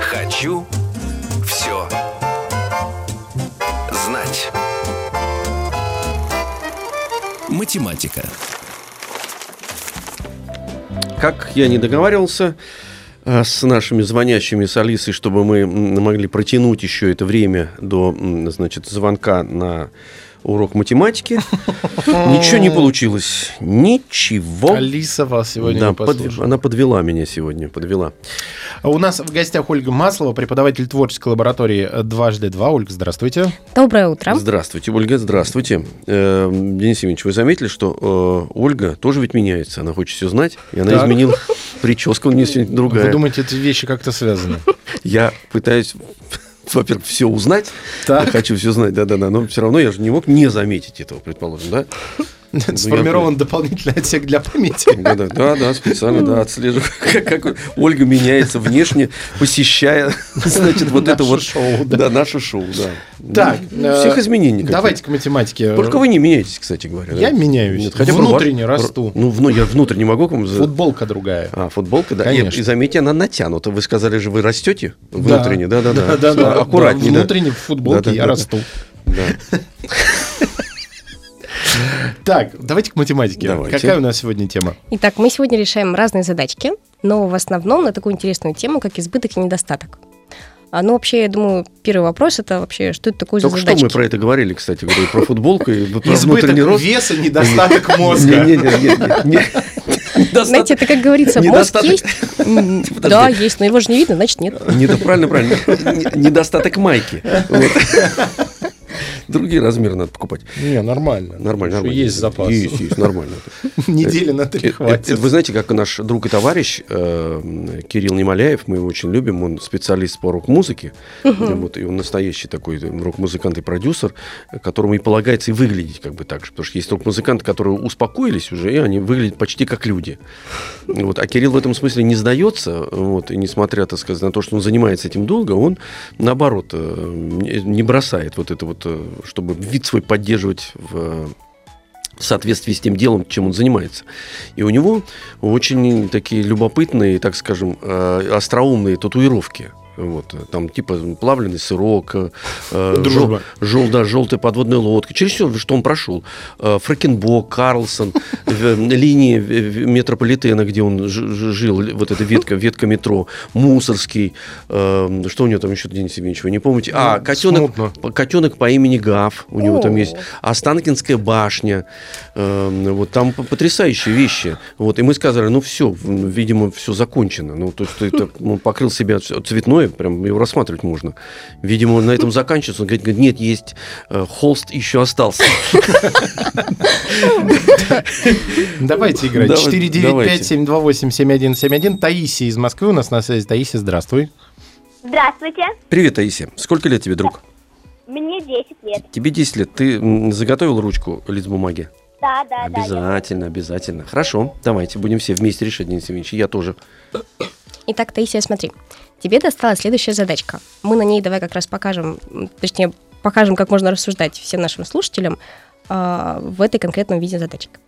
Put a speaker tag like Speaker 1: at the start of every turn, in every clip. Speaker 1: Хочу все знать. Математика.
Speaker 2: Как я не договаривался э, с нашими звонящими, с Алисой, чтобы мы м, могли протянуть еще это время до, м, значит, звонка на урок математики, ничего не получилось. Ничего.
Speaker 3: Алиса вас сегодня
Speaker 2: Да,
Speaker 3: не
Speaker 2: под-
Speaker 3: послушала.
Speaker 2: она подвела меня сегодня, подвела.
Speaker 3: А У нас в гостях Ольга Маслова, преподаватель творческой лаборатории э, «Дважды два». Ольга, здравствуйте.
Speaker 4: Доброе утро.
Speaker 2: Здравствуйте, Ольга, здравствуйте. Э, Денис Евгеньевич, вы заметили, что э, Ольга тоже ведь меняется, она хочет все знать, и она
Speaker 3: Так.
Speaker 2: изменила прическу, у нее сегодня
Speaker 3: Вы
Speaker 2: другая.
Speaker 3: думаете, эти вещи как-то связаны?
Speaker 2: Я пытаюсь, во-первых, все узнать.
Speaker 3: Так.
Speaker 2: Я хочу все знать, да-да-да. Но все равно я же не мог не заметить этого, предположим, да? Ну,
Speaker 3: Сформирован дополнительный отсек для памяти.
Speaker 2: Да-да, да-да, специально, да, отслежу, как, как Ольга меняется внешне, посещая, значит, вот это
Speaker 3: Наше
Speaker 2: вот...
Speaker 3: шоу, да.
Speaker 2: да. наше шоу, да.
Speaker 3: Так,
Speaker 2: Ну, всех
Speaker 3: э,
Speaker 2: изменений никаких.
Speaker 3: Давайте к математике.
Speaker 2: Только вы не меняетесь, кстати говоря.
Speaker 3: Я меняюсь.
Speaker 2: бы
Speaker 3: Внутренне
Speaker 2: ваш-
Speaker 3: расту.
Speaker 2: Ну, вну- я внутренне могу к вам... за-
Speaker 3: Футболка другая.
Speaker 2: А, футболка, да. И,
Speaker 3: Конечно.
Speaker 2: и заметьте, она натянута. Вы сказали же, вы растете внутренне, да, да, А, да.
Speaker 3: Да, да,
Speaker 2: Аккуратнее. да.
Speaker 3: Внутренне в футболке
Speaker 2: Да-да-да.
Speaker 3: я расту.
Speaker 2: Да.
Speaker 3: Так, давайте к математике.
Speaker 2: Давайте.
Speaker 3: Какая у нас сегодня тема?
Speaker 4: Итак, мы сегодня решаем разные задачки, но в основном на такую интересную тему, как избыток и недостаток. А, ну, вообще, я думаю, первый вопрос это вообще, что это такое
Speaker 2: Только
Speaker 4: за
Speaker 2: что
Speaker 4: задачки?
Speaker 2: мы про это говорили, кстати, говорю, про футболку и про внутренний
Speaker 3: Избыток
Speaker 2: рост.
Speaker 3: веса, недостаток мозга.
Speaker 2: Не-не-не.
Speaker 4: Знаете, это как говорится, мозг
Speaker 2: Недостаток.
Speaker 4: есть. М, Да, есть, но его же не видно, значит нет.
Speaker 2: Не, да, правильно, правильно. Не- Недостаток майки. Вот. Другие размеры надо покупать.
Speaker 3: Не, нормально.
Speaker 2: Нормально,
Speaker 3: Еще
Speaker 2: нормально.
Speaker 3: Есть запас.
Speaker 2: Есть, есть, нормально.
Speaker 3: Недели на
Speaker 2: Э,
Speaker 3: три
Speaker 2: э,
Speaker 3: хватит.
Speaker 2: Вы знаете, как наш друг и товарищ э, м, Кирилл Немоляев, мы его очень любим, он специалист по рок-музыке, вот, и он настоящий такой э, рок-музыкант и продюсер, э, которому и полагается и выглядеть как бы так же, потому что есть рок-музыканты, которые успокоились уже, и они выглядят почти как люди. Вот, а Кирилл в этом смысле не сдается, вот, и несмотря, так сказать, на то, что он занимается этим долго, он, наоборот, э, не не бросает вот это вот, э, чтобы вид свой поддерживать в э, в соответствии с тем делом, чем он занимается. И у него очень такие любопытные, так скажем, э, остроумные татуировки. Вот, э, там типа плавленый сырок, э, э,
Speaker 3: Дружба.
Speaker 2: жел- да, желтая подводная лодка. Через все, что он прошел. Э, Фрэкенбок, Карлсон, э, линии э, в- метрополитена, где он ж- ж- жил, л- вот эта ветка, ветка метро, Мусорский. э, Что у него там еще, Денис Евгеньевич, вы не помните? А,
Speaker 3: Ну,
Speaker 2: котенок,
Speaker 3: смутно.
Speaker 2: котенок по имени Гав у него там
Speaker 4: О.
Speaker 2: есть. Останкинская башня. эм, Вот там п- потрясающие вещи. Вот, и мы сказали, ну все, видимо, все закончено. Ну, то есть ты так, ну, покрыл себя ц- цветное, прям его рассматривать можно. Видимо, он на этом заканчивается. Он говорит, говорит, нет, есть э, холст еще остался.
Speaker 3: Давайте играть.
Speaker 2: Давай-
Speaker 3: 495-728-7171. Таисия из Москвы у нас на связи. Таисия, здравствуй.
Speaker 5: Здравствуйте,
Speaker 2: Привет, Таисия. Сколько лет тебе, друг?
Speaker 5: мне 10 лет.
Speaker 2: Тебе 10 лет. Ты м, заготовил ручку лист бумаги?
Speaker 5: Да, да, да. я-
Speaker 2: обязательно, обязательно. Хорошо, давайте будем все вместе решать, Денис Евгеньевич. и Я тоже.
Speaker 4: Итак, Таисия, смотри. Тебе досталась следующая задачка. Мы на ней давай как раз покажем, м, точнее, покажем, как можно рассуждать всем нашим слушателям а, в этой конкретном виде задачек.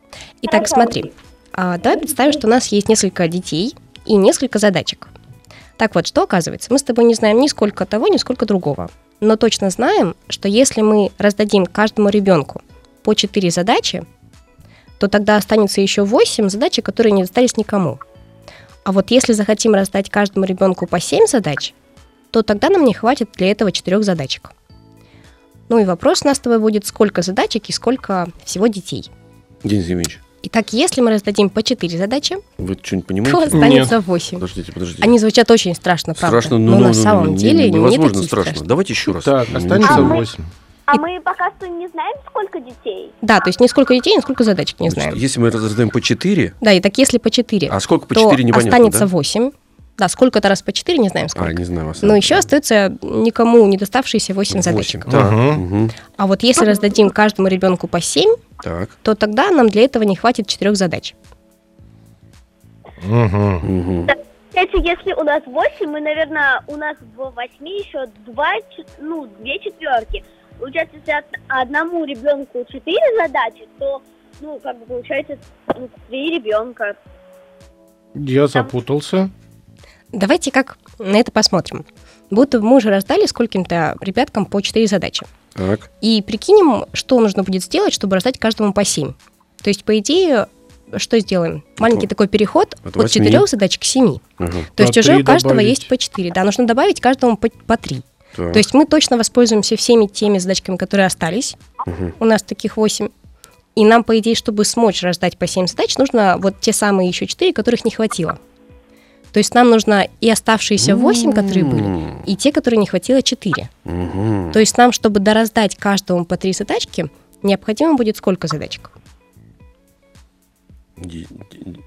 Speaker 4: Итак,
Speaker 5: Хорошо.
Speaker 4: смотри. А, давай представим, что у нас есть несколько детей и несколько задачек. Так вот, что оказывается? Мы с тобой не знаем ни сколько того, ни сколько другого. Но точно знаем, что если мы раздадим каждому ребенку по 4 задачи, то тогда останется еще 8 задачек, которые не достались никому. А вот если захотим раздать каждому ребенку по 7 задач, то тогда нам не хватит для этого 4 задачек. Ну и вопрос у нас с тобой будет, сколько задачек и сколько всего детей.
Speaker 2: Денис Евгеньевич,
Speaker 4: Итак, если мы раздадим по 4 задачи,
Speaker 2: вы что-нибудь
Speaker 4: то
Speaker 2: понимаете?
Speaker 4: останется 8.
Speaker 2: Подождите, подождите.
Speaker 4: Они звучат очень страшно, правда.
Speaker 2: Страшно, ну,
Speaker 4: но
Speaker 2: ну,
Speaker 4: на
Speaker 2: ну,
Speaker 4: самом
Speaker 2: ну, не-
Speaker 4: деле не
Speaker 2: невозможно
Speaker 4: такие
Speaker 2: страшно.
Speaker 4: страшные.
Speaker 2: Давайте еще раз.
Speaker 3: Так,
Speaker 2: Ну,
Speaker 3: останется
Speaker 5: А мы-
Speaker 3: 8.
Speaker 5: А мы пока что не знаем, сколько детей.
Speaker 4: Да, то есть не сколько детей, ни сколько задачек не
Speaker 2: Значит,
Speaker 4: знаем.
Speaker 2: Если мы раздаем по 4,
Speaker 4: Да, и так если по 4,
Speaker 2: а сколько по
Speaker 4: то
Speaker 2: 4 непонятно,
Speaker 4: останется
Speaker 2: да?
Speaker 4: 8. Да, сколько-то раз по 4, не знаем
Speaker 2: А,
Speaker 4: сколько.
Speaker 2: не знаю вас.
Speaker 4: Но еще остаются никому не доставшиеся 8 Ну, задачек.
Speaker 2: Восемь. Да,
Speaker 3: Мгм.
Speaker 2: мгм.
Speaker 4: А вот если раздадим каждому ребенку по 7,
Speaker 2: Так.
Speaker 4: то тогда нам для этого не хватит 4 задач.
Speaker 3: Мгм.
Speaker 2: Мгм.
Speaker 5: Кстати, если у нас 8, мы, наверное, у нас в 8 еще два, че- ну, две четверки. Получается, если от- одному ребенку 4 задачи, то, ну, как бы получается, ну, 3 ребенка.
Speaker 3: Я запутался.
Speaker 4: Давайте как на это посмотрим. Будто мы уже раздали скольким-то ребяткам по 4 задачи.
Speaker 2: Так.
Speaker 4: И прикинем, что нужно будет сделать, чтобы раздать каждому по 7. То есть, по идее, что сделаем? Маленький
Speaker 2: От
Speaker 4: такой переход
Speaker 2: от
Speaker 4: от,
Speaker 2: восьми.
Speaker 4: 4 задач к 7.
Speaker 2: Ага.
Speaker 4: То есть
Speaker 3: По
Speaker 4: уже
Speaker 3: три
Speaker 4: у каждого
Speaker 3: добавить.
Speaker 4: есть по 4. Да, нужно добавить каждому по, по 3.
Speaker 2: Так.
Speaker 4: То есть мы точно воспользуемся всеми теми задачками, которые остались.
Speaker 2: Мгм.
Speaker 4: У нас таких 8. И нам, по идее, чтобы смочь раздать по 7 задач, нужно вот те самые еще 4, которых не хватило. То есть нам нужно и оставшиеся 8, которые были,
Speaker 2: М.
Speaker 4: и те, которые не хватило 4.
Speaker 2: Мгм.
Speaker 4: То есть нам, чтобы дораздать каждому по 3 задачки, необходимо будет сколько задачек?
Speaker 2: Ди- ди-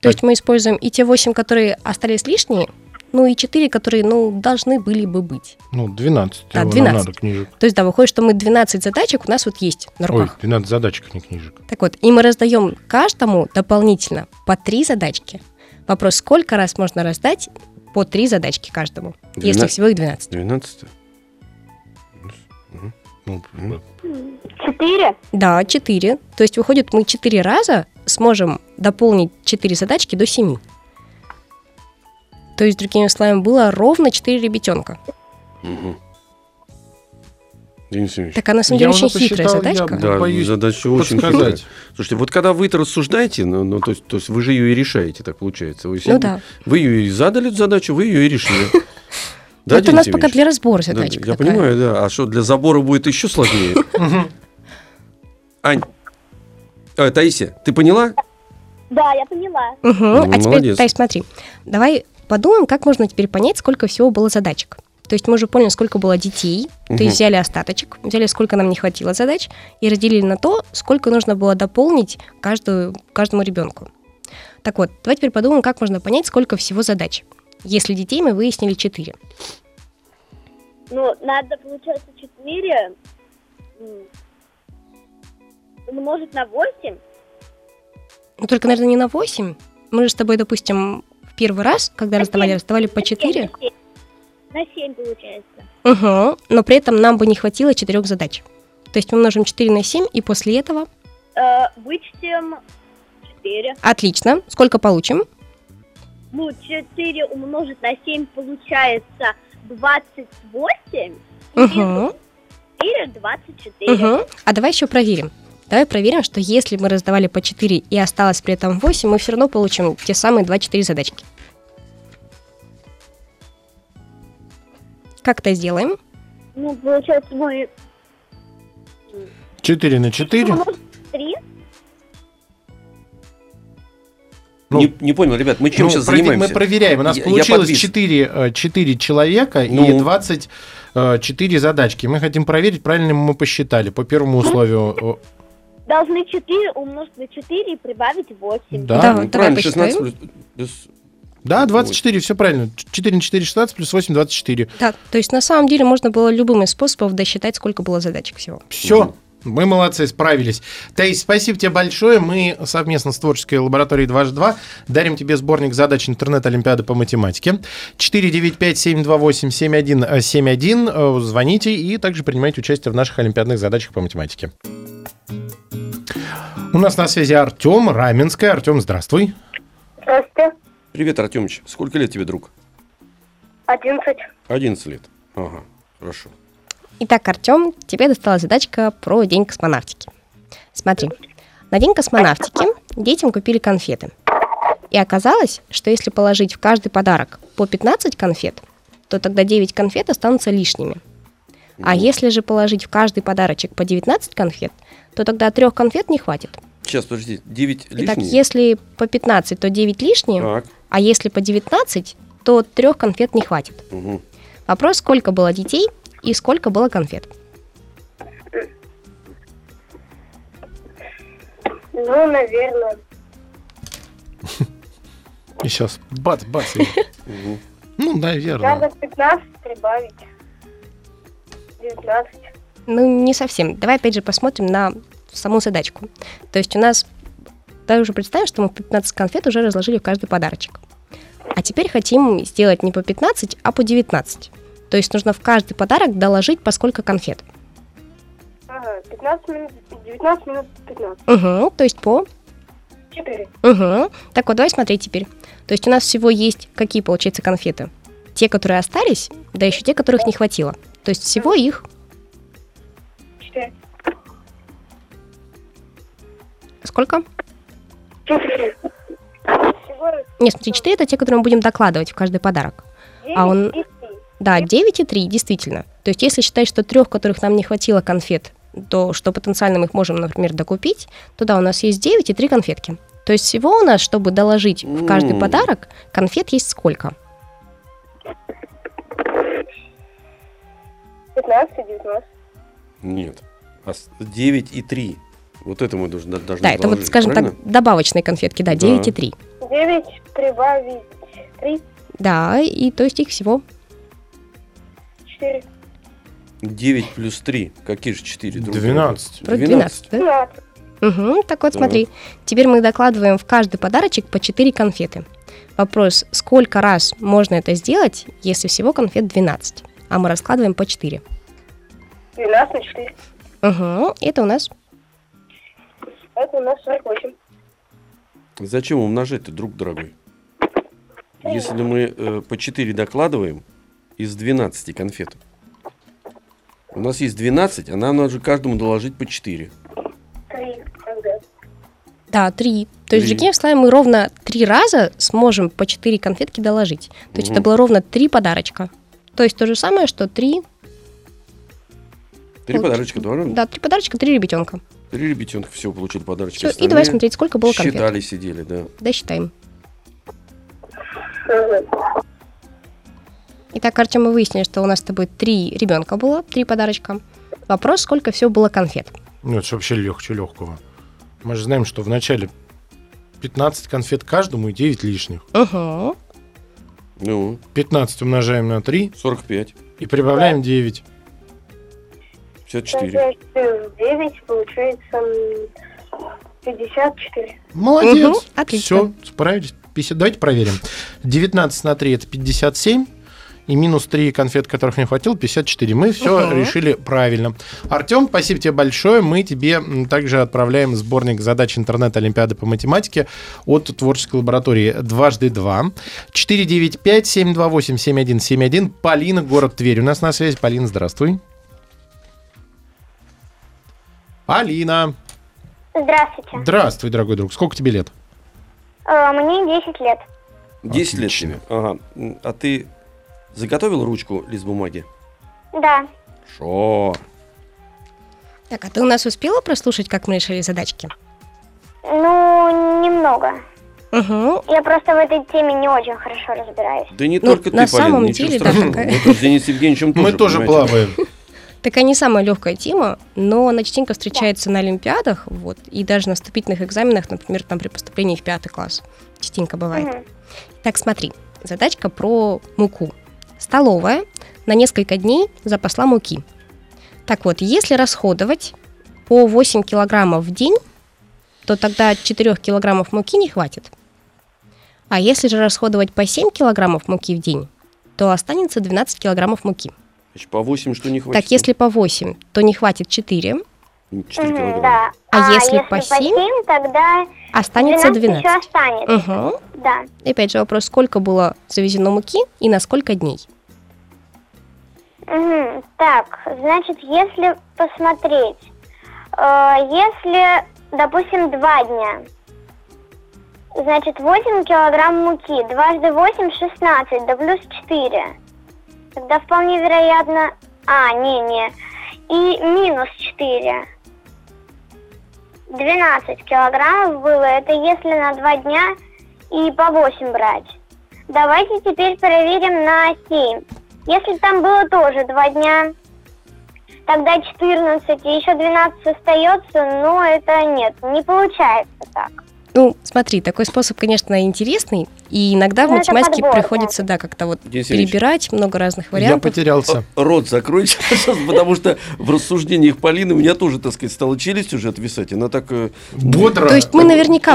Speaker 4: То есть мы используем и те 8, которые остались лишние, ну и 4, которые, ну, должны были бы быть.
Speaker 3: Ну, 12.
Speaker 4: Да,
Speaker 3: его нам
Speaker 4: 12.
Speaker 3: надо книжек.
Speaker 4: То есть, да, выходит, что мы 12 задачек у нас вот есть на
Speaker 3: Ой,
Speaker 4: руках.
Speaker 3: 12 задачек, не книжек.
Speaker 4: Так вот, и мы раздаем каждому дополнительно по три задачки. Вопрос, сколько раз можно раздать по три задачки каждому, если
Speaker 2: Двенадцать.
Speaker 4: всего их 12.
Speaker 2: 12.
Speaker 3: Ну,
Speaker 2: Мгм.
Speaker 5: 4?
Speaker 4: Да, 4. То есть, выходит, мы 4 раза сможем дополнить 4 задачки до 7. То есть, другими словами, было ровно 4 ребятенка.
Speaker 2: Мгм. Денис Евгеньевич.
Speaker 4: Так, а на самом деле
Speaker 3: Я уже
Speaker 4: очень хитрая
Speaker 3: посчитал, я
Speaker 4: задачка.
Speaker 3: бы-
Speaker 2: Да,
Speaker 3: ну, боюсь
Speaker 2: задача очень
Speaker 3: подсказать.
Speaker 2: хитрая. Слушайте, вот когда вы это рассуждаете, ну, ну, то, есть, то есть вы же ее и решаете, так получается. Вы,
Speaker 4: Ну
Speaker 2: сегодня-
Speaker 4: да.
Speaker 2: вы ее и задали эту задачу, вы ее и решили. Да,
Speaker 4: это у
Speaker 2: Денис
Speaker 4: нас пока
Speaker 2: Евгеньевич?
Speaker 4: для разбора
Speaker 2: Да,
Speaker 4: задачка.
Speaker 2: Я
Speaker 4: такая.
Speaker 2: понимаю, да. А что, для забора будет еще сложнее? Ань, э, Таисия, ты поняла?
Speaker 5: Да, я поняла.
Speaker 4: Мгм.
Speaker 2: Ну,
Speaker 4: а теперь,
Speaker 2: молодец.
Speaker 4: Тай, смотри, давай подумаем, как можно теперь понять, сколько всего было задачек. То есть мы уже поняли, сколько было детей, то
Speaker 2: Мгм.
Speaker 4: есть взяли остаточек, взяли, сколько нам не хватило задач, и разделили на то, сколько нужно было дополнить каждую, каждому ребенку. Так вот, давай теперь подумаем, как можно понять, сколько всего задач. Если детей мы выяснили 4.
Speaker 5: Ну, надо, получается, 4 умножить ну, на 8.
Speaker 4: Но Ну, только, наверное, не на 8. Мы же с тобой, допустим, в первый раз, когда
Speaker 5: На
Speaker 4: раздавали,
Speaker 5: семь.
Speaker 4: раздавали по 4.
Speaker 5: На 7 получается.
Speaker 4: Мгм. Но при этом нам бы не хватило четырех задач. То есть мы умножим 4 на 7, и после этого...
Speaker 5: Э, вычтем 4.
Speaker 4: Отлично. Сколько получим?
Speaker 5: Ну, 4 умножить на 7 получается 28.
Speaker 4: Мгм.
Speaker 5: 4, 24.
Speaker 4: Мгм. А давай еще проверим. Давай проверим, что если мы раздавали по 4 и осталось при этом 8, мы все равно получим те самые 2-4 задачки. Как это сделаем?
Speaker 5: Ну, получается, мы
Speaker 3: 4 на 4.
Speaker 5: умножим 3.
Speaker 3: Ну.
Speaker 2: не, не понял, ребят, мы чем
Speaker 3: Ну,
Speaker 2: сейчас
Speaker 3: прови-
Speaker 2: занимаемся?
Speaker 3: Мы проверяем. У нас
Speaker 2: Я- я
Speaker 3: получилось
Speaker 2: подвис.
Speaker 3: 4, 4 человека и
Speaker 2: Ну.
Speaker 3: 24 задачки. Мы хотим проверить, правильно ли мы посчитали. По первому условию. э,
Speaker 5: Должны 4 умножить на 4 и прибавить 8.
Speaker 3: Э, Да,
Speaker 4: Да.
Speaker 2: Ну,
Speaker 4: Давай
Speaker 2: правильно, э,
Speaker 4: посчитаем.
Speaker 2: 16 плюс- плюс-
Speaker 3: да 24, все правильно. 4 на 4, 16, плюс 8, 24.
Speaker 4: Да, то есть на самом деле можно было любым из способов досчитать, сколько было задачек всего.
Speaker 3: Все. Мы молодцы, справились. Таис, спасибо тебе большое. Мы совместно с творческой лабораторией 2H2 дарим тебе сборник задач интернет-олимпиады по математике. 495-728-7171. Э, Звоните и также принимайте участие в наших олимпиадных задачах по математике. У нас на связи Артем Раменская. Артем, здравствуй.
Speaker 5: Здравствуйте.
Speaker 2: Привет, Артемыч. Сколько лет тебе, друг?
Speaker 5: 11.
Speaker 2: 11 лет. Ага, хорошо.
Speaker 4: Итак, Артем, тебе досталась задачка про День космонавтики. Смотри, на День космонавтики детям купили конфеты. И оказалось, что если положить в каждый подарок по 15 конфет, то тогда 9 конфет останутся лишними. А если же положить в каждый подарочек по 19 конфет, то тогда трех конфет не хватит.
Speaker 2: Сейчас, подожди, 9
Speaker 4: Итак,
Speaker 2: лишних?
Speaker 4: если по 15, то 9 лишние,
Speaker 2: Так,
Speaker 4: а если по 19, то трех конфет не хватит.
Speaker 2: мгм.
Speaker 4: Вопрос, сколько было детей и сколько было конфет.
Speaker 5: Ну, наверное.
Speaker 3: И сейчас бац, бац. и- Ну, наверное.
Speaker 5: Надо 15 прибавить. 19.
Speaker 4: Ну, не совсем. Давай опять же посмотрим на саму задачку. То есть у нас... Давай уже представим, что мы по 15 конфет уже разложили в каждый подарочек. А теперь хотим сделать не по 15, а по 19. То есть нужно в каждый подарок доложить по сколько конфет.
Speaker 5: Ага, 15 минут, 19 минут 15.
Speaker 4: Угу, то есть по
Speaker 5: 4.
Speaker 4: Угу. Так вот, давай смотреть теперь. То есть у нас всего есть какие, получается, конфеты? Те, которые остались, да еще те, которых не хватило. То есть всего их...
Speaker 5: 4.
Speaker 4: Сколько?
Speaker 5: 4. Всего
Speaker 4: Не, смотри, 4 это те, которые мы будем докладывать в каждый подарок.
Speaker 5: 9
Speaker 4: А он-
Speaker 5: и 3.
Speaker 4: Да, 9 и 3, действительно. То есть если считать, что трех, которых нам не хватило конфет, то что потенциально мы их можем, например, докупить, то да, у нас есть 9 и 3 конфетки. То есть всего у нас, чтобы доложить в каждый
Speaker 2: М.
Speaker 4: подарок, конфет есть сколько?
Speaker 5: 15 и 19.
Speaker 2: Нет. А с- 9 и 3. Вот это мы должны, должны
Speaker 4: Да, это вот,
Speaker 2: доложить,
Speaker 4: скажем
Speaker 2: Ну правильно?
Speaker 4: так, добавочные конфетки, да,
Speaker 2: Да.
Speaker 4: 9 и 3.
Speaker 5: 9 прибавить 3.
Speaker 4: Да, и то есть их всего
Speaker 5: 4.
Speaker 2: 9 плюс 3. Какие же 4?
Speaker 3: 12.
Speaker 4: Вроде 12, да?
Speaker 5: 12.
Speaker 4: Мгм, так вот,
Speaker 2: Так.
Speaker 4: смотри, теперь мы докладываем в каждый подарочек по 4 конфеты. Вопрос, сколько раз можно это сделать, если всего конфет 12, а мы раскладываем по 4.
Speaker 5: 12 на 4.
Speaker 4: Угу, это у нас,
Speaker 5: Это у нас 48.
Speaker 2: Зачем умножать-то, друг дорогой? Если мы э, по 4 докладываем из 12 конфет. У нас есть 12, а нам надо же каждому доложить по 4.
Speaker 5: 3. Тогда.
Speaker 4: да, 3. То есть в
Speaker 2: Три.
Speaker 4: Жукеев слайм мы ровно 3 раза сможем по 4 конфетки доложить. То есть это
Speaker 2: Мгм.
Speaker 4: было ровно 3 подарочка. То есть то же самое, что 3,
Speaker 2: Три
Speaker 4: Получ-
Speaker 2: подарочка, два
Speaker 4: да, 3 подарочка, 3 ребятенка.
Speaker 2: Три ребятенка всего получили подарочки.
Speaker 4: Всё, и давай
Speaker 2: Остальные
Speaker 4: смотреть, сколько было конфет.
Speaker 2: Считали, сидели, да.
Speaker 4: Да, считаем.
Speaker 5: Ага.
Speaker 4: Итак, Артем, мы выяснили, что у нас с тобой три ребенка было, три подарочка. Вопрос, сколько всего было конфет?
Speaker 3: Ну, это ж вообще легче легкого. Мы же знаем, что в начале 15 конфет каждому и 9 лишних.
Speaker 4: Угу.
Speaker 2: Ну,
Speaker 3: 15 умножаем на 3
Speaker 2: 45,
Speaker 3: и прибавляем 9.
Speaker 2: 54.
Speaker 5: 9 получается м, 54.
Speaker 4: Мгм,
Speaker 3: Молодец. Все,
Speaker 4: отлично.
Speaker 3: справились. 50. Давайте проверим. 19 на 3 это 57. И минус 3 конфет, которых не хватило, 54. Мы все
Speaker 4: Мгм.
Speaker 3: решили правильно. Артем, спасибо тебе большое. Мы тебе м, также отправляем сборник задач интернет-олимпиады по математике от творческой лаборатории «Дважды два». 495-728-7171. Полина, город Тверь. У нас на связи. Полина, здравствуй. Полина.
Speaker 5: Здравствуйте. Э,
Speaker 3: Здравствуй, дорогой друг. Сколько тебе лет?
Speaker 5: Мне 10 лет.
Speaker 2: 10 лет
Speaker 3: Отлично.
Speaker 2: тебе. Ага. М, А ты заготовил ручку лист бумаги?
Speaker 5: Да.
Speaker 2: Шо.
Speaker 4: Так, а ты у нас успела прослушать, как мы решили задачки?
Speaker 5: Ну, немного.
Speaker 4: Угу.
Speaker 5: Я просто в этой теме не очень хорошо разбираюсь.
Speaker 2: Да не
Speaker 4: Ну,
Speaker 2: только ты, Полина,
Speaker 4: на самом
Speaker 2: ничего
Speaker 4: деле, да,
Speaker 2: страшного. Ну,
Speaker 4: такая-
Speaker 2: Мы тут с Денисом Евгеньевичем тоже,
Speaker 3: Мы тоже
Speaker 2: понимаете.
Speaker 3: плаваем.
Speaker 4: Такая не самая легкая тема, но она частенько встречается на Олимпиадах, вот, и даже на вступительных экзаменах, например, там при поступлении в пятый класс. Частенько бывает.
Speaker 5: Мгм.
Speaker 4: Так, смотри, задачка про муку. Столовая на несколько дней запасла муки. Так вот, если расходовать по 8 килограммов в день, то тогда 4 килограммов муки не хватит. А если же расходовать по 7 килограммов муки в день, то останется 12 килограммов муки.
Speaker 2: Значит, по 8 что не хватит?
Speaker 4: Так, если по 8, то не хватит 4,
Speaker 2: 4
Speaker 5: Мгм,
Speaker 2: килограмма.
Speaker 5: Да.
Speaker 4: А если по семь?
Speaker 5: семь, тогда
Speaker 4: останется 12.
Speaker 5: еще останется.
Speaker 4: Мгм.
Speaker 5: Да.
Speaker 4: И Опять же вопрос, сколько было завезено муки и на сколько дней?
Speaker 5: Мгм. Так, значит, если посмотреть, э, если, допустим, два дня, значит, 8 килограмм муки, дважды 8, 16, да плюс 4. Тогда вполне вероятно... А, не-не. И минус 4. 12 килограммов было, это если на два дня и по 8 брать. Давайте теперь проверим на 7. Если там было тоже два дня, тогда 14, и еще 12 остается, но это нет, не получается так.
Speaker 4: Ну, смотри, такой способ, конечно, интересный, и иногда в
Speaker 5: Ну, это
Speaker 4: математике
Speaker 5: подбор, да.
Speaker 4: приходится, да, как-то вот
Speaker 2: Денис Ильич.
Speaker 4: перебирать много разных
Speaker 3: Я
Speaker 4: вариантов.
Speaker 3: потерялся.
Speaker 2: Рот закройте, сейчас, потому что в рассуждениях Полины у меня тоже, так сказать, стала челюсть уже отвисать. Она так э,
Speaker 3: Бодро. Ну,
Speaker 4: То есть мы наверняка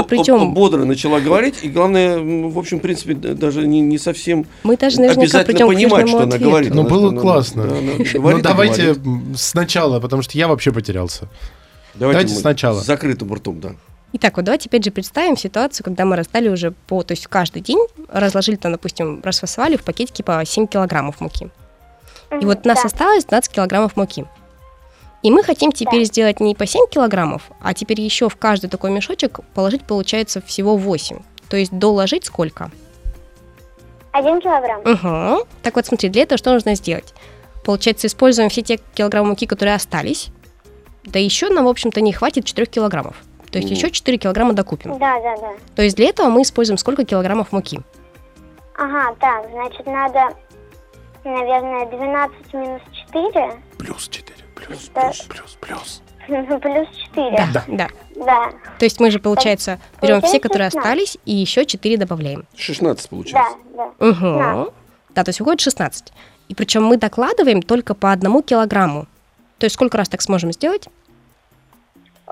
Speaker 2: о- о-
Speaker 4: придем,
Speaker 2: бодро начала говорить, и главное, м, в общем, в принципе, д- даже не, не совсем
Speaker 4: мы даже наверняка
Speaker 2: обязательно
Speaker 4: придем к
Speaker 2: понимать, что
Speaker 4: верному
Speaker 2: она
Speaker 4: ответу.
Speaker 2: говорит.
Speaker 3: Ну,
Speaker 2: Она
Speaker 3: было
Speaker 2: что, она-
Speaker 3: классно.
Speaker 2: да, она
Speaker 3: Ну
Speaker 2: говорит и
Speaker 3: давайте
Speaker 2: говорит.
Speaker 3: м, сначала, потому что я вообще потерялся. давайте
Speaker 2: мы
Speaker 3: сначала.
Speaker 2: С закрытым ртом, да.
Speaker 4: Итак, вот давайте опять же представим ситуацию, когда мы раздали уже по, то есть каждый день разложили там, допустим, расфасовали в пакетике по 7 килограммов муки. И вот у нас осталось 12 килограммов муки. И мы хотим теперь сделать не по 7 килограммов, а теперь еще в каждый такой мешочек положить, получается, всего 8. То есть доложить сколько?
Speaker 5: Один килограмм.
Speaker 4: Угу. Так вот, смотри, для этого что нужно сделать? Получается, используем все те килограммы муки, которые остались. Да еще нам, в общем-то, не хватит 4 килограммов. То есть
Speaker 2: Мгм.
Speaker 4: еще 4 килограмма докупим.
Speaker 5: Да, да, да.
Speaker 4: То есть для этого мы используем сколько килограммов муки?
Speaker 5: Ага, так, значит, надо, наверное, 12 минус 4.
Speaker 2: Плюс 4, плюс,
Speaker 5: Да.
Speaker 2: плюс, плюс.
Speaker 5: Ну, Плюс 4.
Speaker 4: Да. да.
Speaker 5: Да,
Speaker 4: То есть мы же, получается, берем все,
Speaker 5: получается
Speaker 4: которые
Speaker 5: 16.
Speaker 4: остались, и еще 4 добавляем.
Speaker 2: 16
Speaker 5: да,
Speaker 2: получается.
Speaker 5: да.
Speaker 4: Угу.
Speaker 5: Да.
Speaker 4: Да, то есть выходит 16. И причем мы докладываем только по одному килограмму. То есть сколько раз так сможем сделать?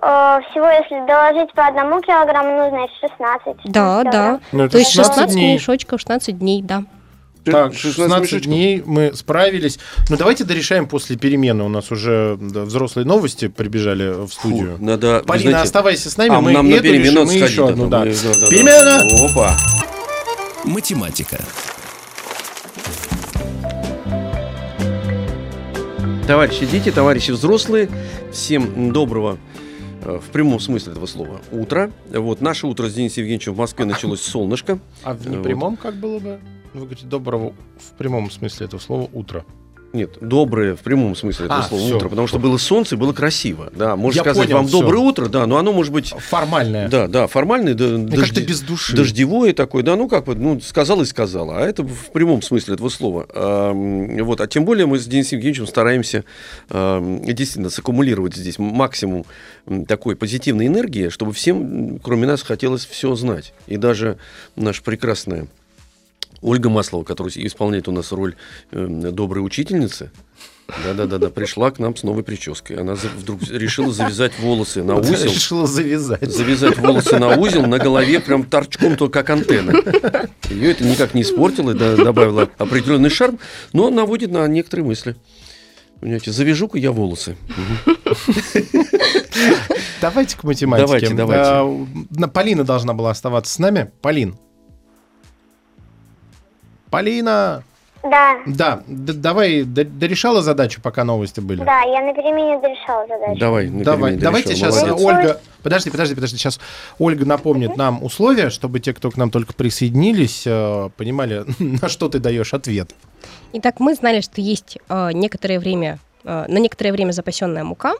Speaker 5: Э, Всего, если доложить по одному килограмму, ну, значит, 16.
Speaker 4: Да, да.
Speaker 5: килограмм.
Speaker 3: Ну, это
Speaker 4: То есть
Speaker 5: 16
Speaker 4: 16
Speaker 3: дней.
Speaker 4: мешочков, 16 дней, да.
Speaker 3: Так,
Speaker 2: 16
Speaker 3: 16
Speaker 2: мешочков.
Speaker 3: дней мы справились. Ну давайте дорешаем после перемены. У нас уже да, взрослые новости прибежали в
Speaker 2: Фу,
Speaker 3: студию.
Speaker 2: надо, вы
Speaker 3: Полина,
Speaker 2: знаете,
Speaker 3: оставайся с нами.
Speaker 2: а
Speaker 3: мы
Speaker 2: нам на
Speaker 3: эту решим,
Speaker 2: перемену
Speaker 3: мы
Speaker 2: надо сходить,
Speaker 3: еще
Speaker 2: а
Speaker 3: одну,
Speaker 2: там
Speaker 3: да.
Speaker 2: мы- да.
Speaker 3: Перемена!
Speaker 2: Опа!
Speaker 1: Математика.
Speaker 2: Товарищи дети, товарищи взрослые, всем доброго э, в прямом смысле этого слова утра. Вот наше утро с Денисом Евгеньевичем в Москве началось с солнышко.
Speaker 3: А в непрямом как было бы? Вы говорите, доброго в прямом смысле этого слова утро.
Speaker 2: Нет, доброе в прямом смысле этого
Speaker 3: А,
Speaker 2: слова
Speaker 3: всё.
Speaker 2: утро, потому что было солнце и было красиво. Да, можно
Speaker 3: Я
Speaker 2: сказать
Speaker 3: понял,
Speaker 2: вам
Speaker 3: всё.
Speaker 2: доброе утро, да, но оно может быть,
Speaker 3: Формальное.
Speaker 2: да, да, формальное, да,
Speaker 3: Ну, Как-то
Speaker 2: дожди-
Speaker 3: без души.
Speaker 2: Дождевое такое, да, ну как бы, ну, сказала и сказала. А это в прямом смысле этого слова. Эм, вот, а тем более мы с Денисом Евгеньевичем стараемся эм, действительно саккумулировать здесь максимум м, такой позитивной энергии, чтобы всем, м, кроме нас, хотелось все знать. И даже наша прекрасная Ольга Маслова, которая исполняет у нас роль эм, доброй учительницы, да-да-да, пришла к нам с новой прической. Она за- вдруг решила завязать волосы на
Speaker 3: Вот я
Speaker 2: узел
Speaker 3: Решила завязать.
Speaker 2: завязать волосы на узел, на голове прям торчком, то как антенна. Ее это никак не испортило, да, добавило определенный шарм, но наводит на некоторые мысли. Понимаете, завяжу-ка я волосы. Мгм.
Speaker 3: Давайте к математике.
Speaker 2: Давайте, давайте.
Speaker 3: А, у- на- Полина должна была оставаться с нами. Полин. Полина.
Speaker 5: Да,
Speaker 3: Да, д- давай, д- дорешала задачу, пока новости были?
Speaker 5: да, я на перемене дорешала задачу.
Speaker 2: Давай, на
Speaker 3: Давай,
Speaker 2: перемене
Speaker 3: давайте
Speaker 2: решила,
Speaker 3: сейчас э,
Speaker 2: молодец.
Speaker 3: Ольга... Подожди, подожди, подожди. Сейчас Ольга напомнит нам условия, чтобы те, кто к нам только присоединились, э, понимали, на что ты даешь ответ.
Speaker 4: Итак, мы знали, что есть э, некоторое время, э, на некоторое время запасенная мука.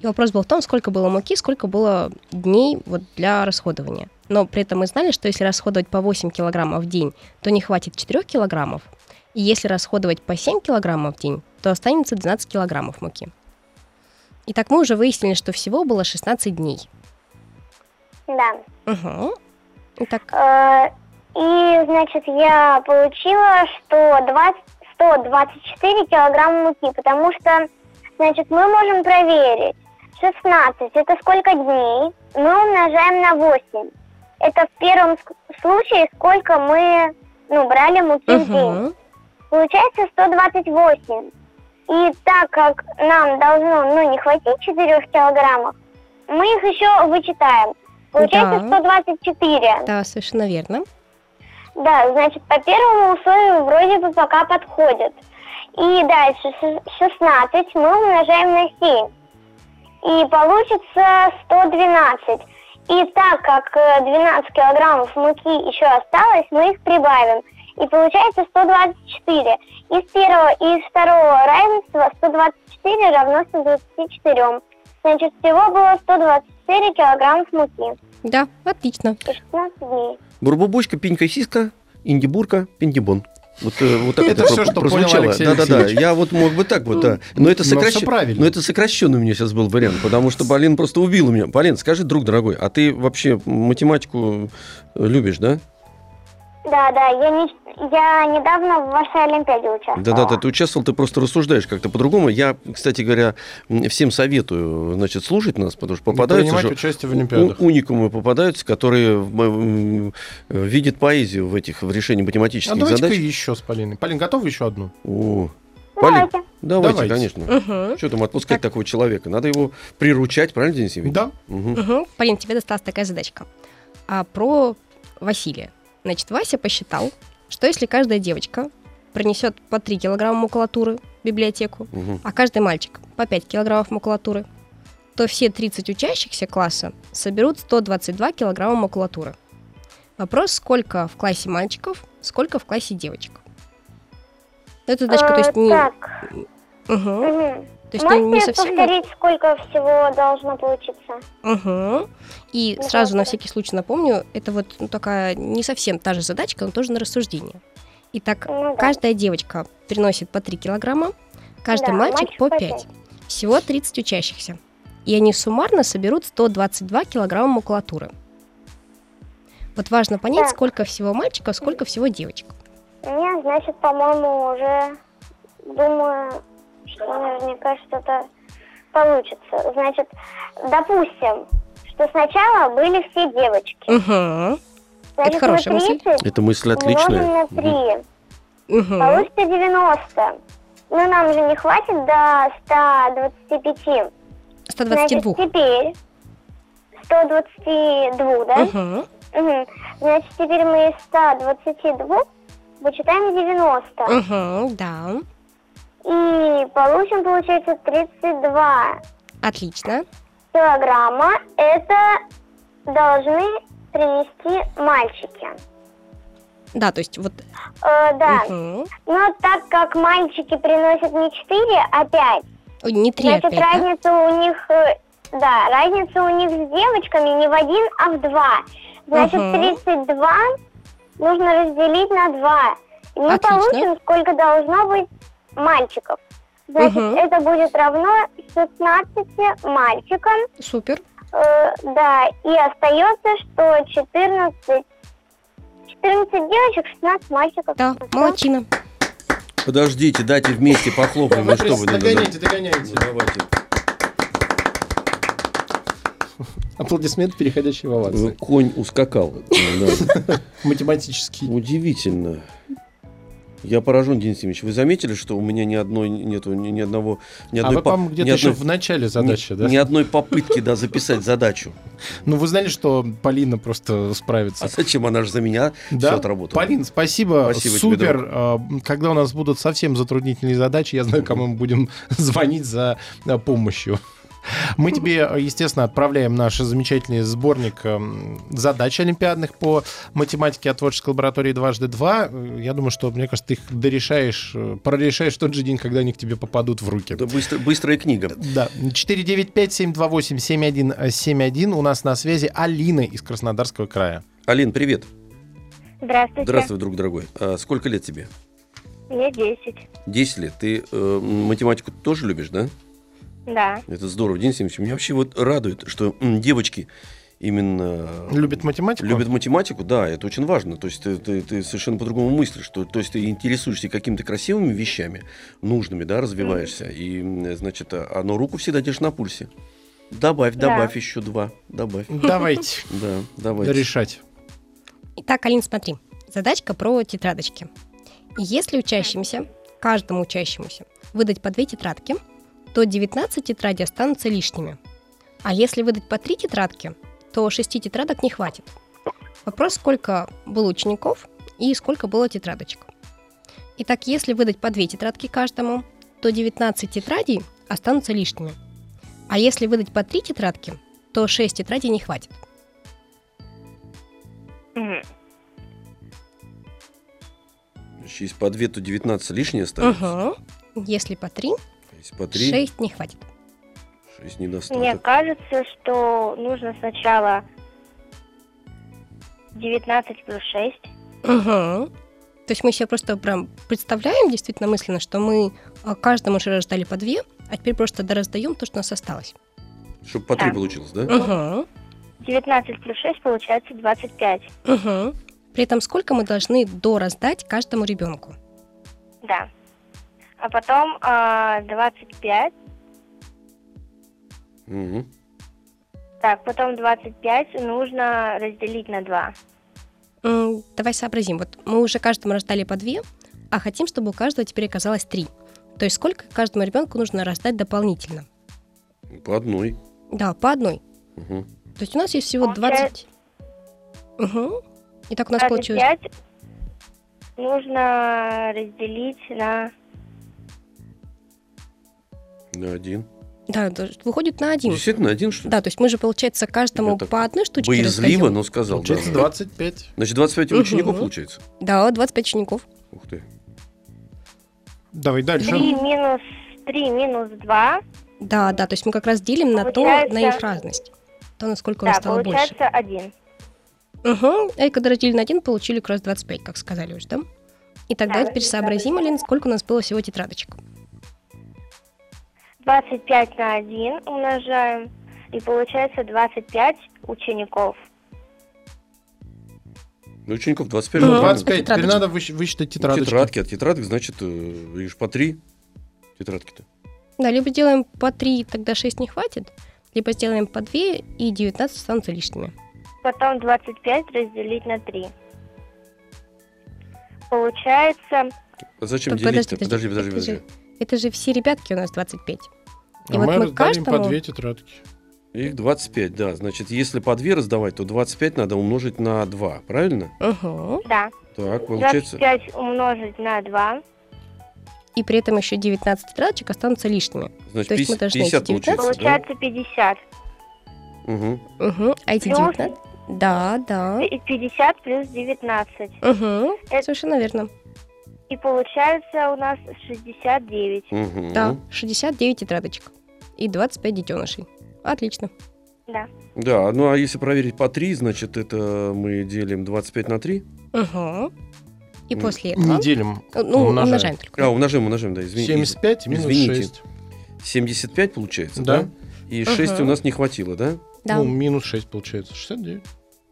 Speaker 4: И вопрос был в том, сколько было муки, сколько было дней вот, для расходования. Но при этом мы знали, что если расходовать по 8 килограммов в день, то не хватит 4 килограммов. И если расходовать по 7 килограммов в день, то останется 12 килограммов муки. Итак, мы уже выяснили, что всего было 16 дней.
Speaker 5: Да.
Speaker 4: Угу. Итак,
Speaker 5: Э, И, значит, я получила 120, 124 килограмма муки, потому что, значит, мы можем проверить. 16 – это сколько дней, мы умножаем на 8. Это в первом ск- случае, сколько мы ну, брали муки в день.
Speaker 4: угу.
Speaker 5: Получается 128. И так как нам должно ну, не хватить 4 килограммов, мы их еще вычитаем. Получается
Speaker 4: Да.
Speaker 5: 124.
Speaker 4: да, совершенно верно.
Speaker 5: Да, значит, по первому условию вроде бы пока подходит. И дальше ше- 16 мы умножаем на 7. И получится 112. И так как э, 12 килограммов муки еще осталось, мы их прибавим. И получается 124. Из первого и из второго равенства 124 равно 124. Значит, всего было 124 килограммов муки.
Speaker 4: Да, отлично.
Speaker 5: И 16 дней.
Speaker 2: Бурбубочка, пенька, сиска, индибурка, пендибон. Вот, э, вот так
Speaker 3: Это всё, что понял Алексей
Speaker 2: Да-да-да,
Speaker 3: Алексеевич. Ну,
Speaker 2: я вот мог бы так вот, да. Но это,
Speaker 3: Но всё
Speaker 2: сокращ...
Speaker 3: правильно.
Speaker 2: Но это сокращенный у меня сейчас был вариант, потому что Полин просто убил меня. Полин, скажи, друг дорогой, а ты вообще математику э, любишь, да?
Speaker 5: Да, да, я, не, я недавно в вашей Олимпиаде участвовала.
Speaker 2: Да-да-да, ты участвовал, ты просто рассуждаешь как-то по-другому. Я, кстати говоря, м, всем советую, значит, слушать нас, потому что попадаются
Speaker 3: принимать
Speaker 2: же
Speaker 3: участие в Олимпиадах.
Speaker 2: у- уникумы попадаются, которые м, м, видят поэзию в этих в решении
Speaker 3: А
Speaker 2: математических
Speaker 3: давайте-ка
Speaker 2: задач.
Speaker 3: еще с Полиной. Полин, готова еще одну?
Speaker 2: О, Полин,
Speaker 5: Давайте.
Speaker 2: давайте,
Speaker 3: Давайте.
Speaker 2: конечно.
Speaker 4: Мгм.
Speaker 2: Что там отпускать такого человека? Надо его приручать, правильно, Денис Евгеньевич?
Speaker 3: Да.
Speaker 2: Мгм.
Speaker 4: Мгм. Полин, тебе досталась такая задачка. А про Василия. Значит, Вася посчитал, что если каждая девочка принесет по 3 килограмма макулатуры в библиотеку,
Speaker 2: Мгм.
Speaker 4: а каждый мальчик по 5 килограммов макулатуры, то все 30 учащихся класса соберут 122 килограмма макулатуры. Вопрос, сколько в классе мальчиков, сколько в классе девочек. Это задачка, то
Speaker 5: Э,
Speaker 4: есть не...
Speaker 5: Так,
Speaker 4: Мгм.
Speaker 5: мгм.
Speaker 4: То есть не,
Speaker 5: Можете
Speaker 4: не совсем...
Speaker 5: повторить, сколько всего должно получиться?
Speaker 4: Мгм. И
Speaker 5: Ну,
Speaker 4: сразу на
Speaker 5: хорошо.
Speaker 4: всякий случай напомню, это вот ну, такая не совсем та же задачка, но тоже на рассуждение. Итак,
Speaker 5: Ну да.
Speaker 4: каждая девочка приносит по 3 килограмма, каждый
Speaker 5: Да,
Speaker 4: мальчик, по 5.
Speaker 5: пять.
Speaker 4: Всего 30 учащихся. И они суммарно соберут 122 килограмма макулатуры. Вот важно понять,
Speaker 5: Так.
Speaker 4: сколько всего мальчиков, сколько всего девочек.
Speaker 5: У меня, значит, по-моему, уже думаю, что наверняка что-то получится. Значит, допустим, что сначала были все девочки.
Speaker 4: Угу.
Speaker 5: Значит,
Speaker 4: хорошая
Speaker 5: мы
Speaker 4: мысль.
Speaker 5: 30
Speaker 2: Это мысль
Speaker 5: умножим
Speaker 2: отличная.
Speaker 5: на 3.
Speaker 4: Угу.
Speaker 5: Получится 90. Но нам же не хватит до 125. Значит,
Speaker 4: 122.
Speaker 5: теперь 122, да?
Speaker 4: Мгм.
Speaker 5: Мгм. Значит, теперь мы из 122 вычитаем 90.
Speaker 4: Мгм, Да.
Speaker 5: И получим, получается, 32
Speaker 4: Отлично.
Speaker 5: килограмма. Это должны принести мальчики.
Speaker 4: Да, то есть вот...
Speaker 5: Э, да.
Speaker 4: мгм.
Speaker 5: Но так как мальчики приносят не 4, а 5,
Speaker 4: Ой, Не 3
Speaker 5: Значит,
Speaker 4: опять, да?
Speaker 5: разница у них, э, да, разница у них с девочками не в один, а в два. Значит,
Speaker 4: Мгм.
Speaker 5: 32 нужно разделить на два. И мы
Speaker 4: Отлично.
Speaker 5: получим, сколько должно быть мальчиков. Значит,
Speaker 4: Мгм.
Speaker 5: это будет равно 16 мальчикам.
Speaker 4: Супер.
Speaker 5: Э, да, и остается, что 14, 14 девочек, 16 мальчиков.
Speaker 4: Да,
Speaker 5: Ну, всё.
Speaker 4: молодчина.
Speaker 2: Подождите, дайте вместе похлопаем. Ну, что вы, да-да-да.
Speaker 3: догоняйте,
Speaker 2: Ну,
Speaker 3: догоняйте.
Speaker 2: давайте.
Speaker 3: Аплодисменты, переходящие в
Speaker 2: Ну,
Speaker 3: овации.
Speaker 2: Конь ускакал. Да.
Speaker 3: Математический.
Speaker 2: Удивительно. Я поражен, Денис Евгеньевич. Вы заметили, что у меня ни одной нету ни, ни одного ни
Speaker 3: А
Speaker 2: одной
Speaker 3: вы,
Speaker 2: по-
Speaker 3: по-моему,
Speaker 2: ни
Speaker 3: где-то еще
Speaker 2: одной-
Speaker 3: в начале задачи,
Speaker 2: ни,
Speaker 3: да?
Speaker 2: ни одной попытки да, записать задачу.
Speaker 3: Ну, вы знали, что Полина просто справится.
Speaker 2: А зачем она же за меня все отработала?
Speaker 3: Полин, спасибо.
Speaker 2: Спасибо тебе,
Speaker 3: Супер. А, Когда у нас будут совсем затруднительные задачи, я знаю, кому мы будем звонить за а, помощью. Мы тебе, э, естественно, отправляем наш замечательный сборник эм, задач олимпиадных по математике от творческой лаборатории «Дважды два». Э, Я думаю, что, мне кажется, ты их дорешаешь, э, прорешаешь в тот же день, когда они к тебе попадут в руки.
Speaker 2: Это быстро- быстрая книга.
Speaker 3: Да, 495-728-7171. У нас на связи Алина из Краснодарского края.
Speaker 2: Алин, привет.
Speaker 5: Здравствуйте.
Speaker 2: Здравствуй, друг дорогой. А сколько лет тебе?
Speaker 5: Мне 10.
Speaker 2: 10 лет. Ты э, математику тоже любишь, да?
Speaker 5: Да.
Speaker 2: Это здорово, Денис Евгеньевич. Меня вообще вот радует, что м, девочки именно
Speaker 3: Любит математику?
Speaker 2: Любят математику, да, это очень важно. То есть ты, ты- ты совершенно по-другому мыслишь. То, то есть ты интересуешься какими-то красивыми вещами, нужными, да, развиваешься. И, м, значит, а- оно руку всегда держишь на пульсе. Добавь,
Speaker 5: Да.
Speaker 2: добавь еще два. Добавь.
Speaker 3: Давайте
Speaker 2: Да, давай.
Speaker 3: решать.
Speaker 4: Итак, Алин, смотри. Задачка про тетрадочки. Если учащимся, каждому учащемуся, выдать по две тетрадки, то 19 тетрадей останутся лишними. А если выдать по три тетрадки, то 6 тетрадок не хватит. Вопрос, сколько было учеников и сколько было тетрадочек. Итак, если выдать по две тетрадки каждому, то 19 тетрадей останутся лишними. А если выдать по три тетрадки, то 6 тетрадей не хватит.
Speaker 2: Если по две, то 19 лишнее останется.
Speaker 4: Мгм. Если по три,
Speaker 2: Если по три,
Speaker 4: Шесть не хватит.
Speaker 2: шесть
Speaker 5: Мне
Speaker 2: недостаток.
Speaker 5: кажется, что нужно сначала 19 плюс 6,
Speaker 4: Угу. То есть мы себе просто прям представляем действительно мысленно, что мы а, каждому же раздали по две, а теперь просто дораздаем то, что у нас осталось.
Speaker 2: Чтобы по три
Speaker 6: Да.
Speaker 2: получилось, да?
Speaker 4: Угу.
Speaker 6: 19 плюс 6 получается 25.
Speaker 4: Угу. При этом сколько мы должны дораздать каждому ребенку?
Speaker 6: Да. А потом а, 25.
Speaker 2: Мгм.
Speaker 6: Так, потом 25 нужно разделить на 2.
Speaker 4: М, Давай сообразим. Вот мы уже каждому раздали по две, а хотим, чтобы у каждого теперь оказалось три. То есть сколько каждому ребенку нужно раздать дополнительно?
Speaker 2: По одной.
Speaker 4: Да, по одной.
Speaker 2: Мгм.
Speaker 4: То есть у нас есть всего
Speaker 6: Получается-
Speaker 4: 20. Угу. Итак, у нас получилось
Speaker 6: 25 нужно разделить на...
Speaker 2: На один.
Speaker 4: Да, то есть выходит на один.
Speaker 2: Действительно один, что ли?
Speaker 4: Да, то есть мы же, получается, каждому
Speaker 2: Я так
Speaker 4: по одной штучке
Speaker 2: Боязливо,
Speaker 4: раздаём.
Speaker 2: но сказал. да.
Speaker 3: Получается 25.
Speaker 2: Значит, 25 учеников
Speaker 4: Мгм.
Speaker 2: получается.
Speaker 4: Да, 25 учеников.
Speaker 2: Ух ты.
Speaker 3: Давай
Speaker 6: 3
Speaker 3: дальше.
Speaker 6: минус 3 минус 2.
Speaker 4: Да, да, то есть мы как раз делим на то,
Speaker 6: Получается-
Speaker 4: на их разность. То, насколько у
Speaker 6: Да,
Speaker 4: нас стало больше.
Speaker 6: получается 1.
Speaker 4: Угу. И когда разделили на один, получили как раз 25, как сказали уже, да? И
Speaker 6: Да,
Speaker 4: тогда теперь
Speaker 6: да.
Speaker 4: сообразим, Алин, сколько у нас было всего тетрадочек.
Speaker 6: 25 на 1 умножаем. И получается 25 учеников.
Speaker 2: Ну, учеников 25.
Speaker 4: Ну,
Speaker 2: же, правильно?
Speaker 3: 25. Теперь
Speaker 4: Тетрадочки.
Speaker 3: надо выщ- высчитать
Speaker 2: Ну,
Speaker 3: тетрадочки.
Speaker 2: Тетрадки, от тетрадок, значит, э, лишь по три тетрадки-то.
Speaker 4: Да, либо делаем по 3, тогда 6 не хватит, либо сделаем по 2, и 19 останутся лишними.
Speaker 6: Потом 25 разделить на 3. Получается...
Speaker 2: А зачем
Speaker 4: Под- подожди,
Speaker 2: делить-то? Подожди, подожди,
Speaker 4: подожди.
Speaker 2: подожди.
Speaker 4: Это же все ребятки у нас 25.
Speaker 3: А
Speaker 4: И вот
Speaker 3: мы
Speaker 4: мы
Speaker 3: раздаем по
Speaker 4: каждому-
Speaker 3: две тетрадки.
Speaker 2: Их 25, да. Значит, если по 2 раздавать, то 25 надо умножить на 2, правильно?
Speaker 4: Угу.
Speaker 6: Да.
Speaker 2: Так, получается...
Speaker 6: 25 умножить на 2.
Speaker 4: И при этом еще 19 тетрадочек останутся лишними.
Speaker 2: Значит,
Speaker 4: то есть мы
Speaker 2: 50,
Speaker 4: должны
Speaker 2: 50
Speaker 4: эти 19?
Speaker 2: получается, да?
Speaker 6: Получается 50.
Speaker 2: Мгм.
Speaker 4: Угу. А эти
Speaker 6: Плюс
Speaker 4: 19? Да, да.
Speaker 6: И 50 плюс 19.
Speaker 4: Угу.
Speaker 6: Это-
Speaker 4: Совершенно верно.
Speaker 6: И получается у нас 69.
Speaker 2: Мгм.
Speaker 4: Да, 69 тетрадочек. И 25 детенышей. Отлично.
Speaker 6: Да.
Speaker 2: Да, ну а если проверить по 3, значит, это мы делим 25 на 3.
Speaker 4: Угу. И
Speaker 2: М,
Speaker 4: после этого...
Speaker 3: Не делим.
Speaker 4: Ну, умножаем,
Speaker 3: умножаем.
Speaker 4: только.
Speaker 2: А, умножим, умножим, да, извини.
Speaker 3: 75 минус
Speaker 2: Извините.
Speaker 3: 6.
Speaker 2: 75 получается, да?
Speaker 3: Да.
Speaker 2: И
Speaker 4: Ага.
Speaker 2: 6 у нас не хватило, да?
Speaker 4: Да.
Speaker 3: Ну, минус 6 получается. 69.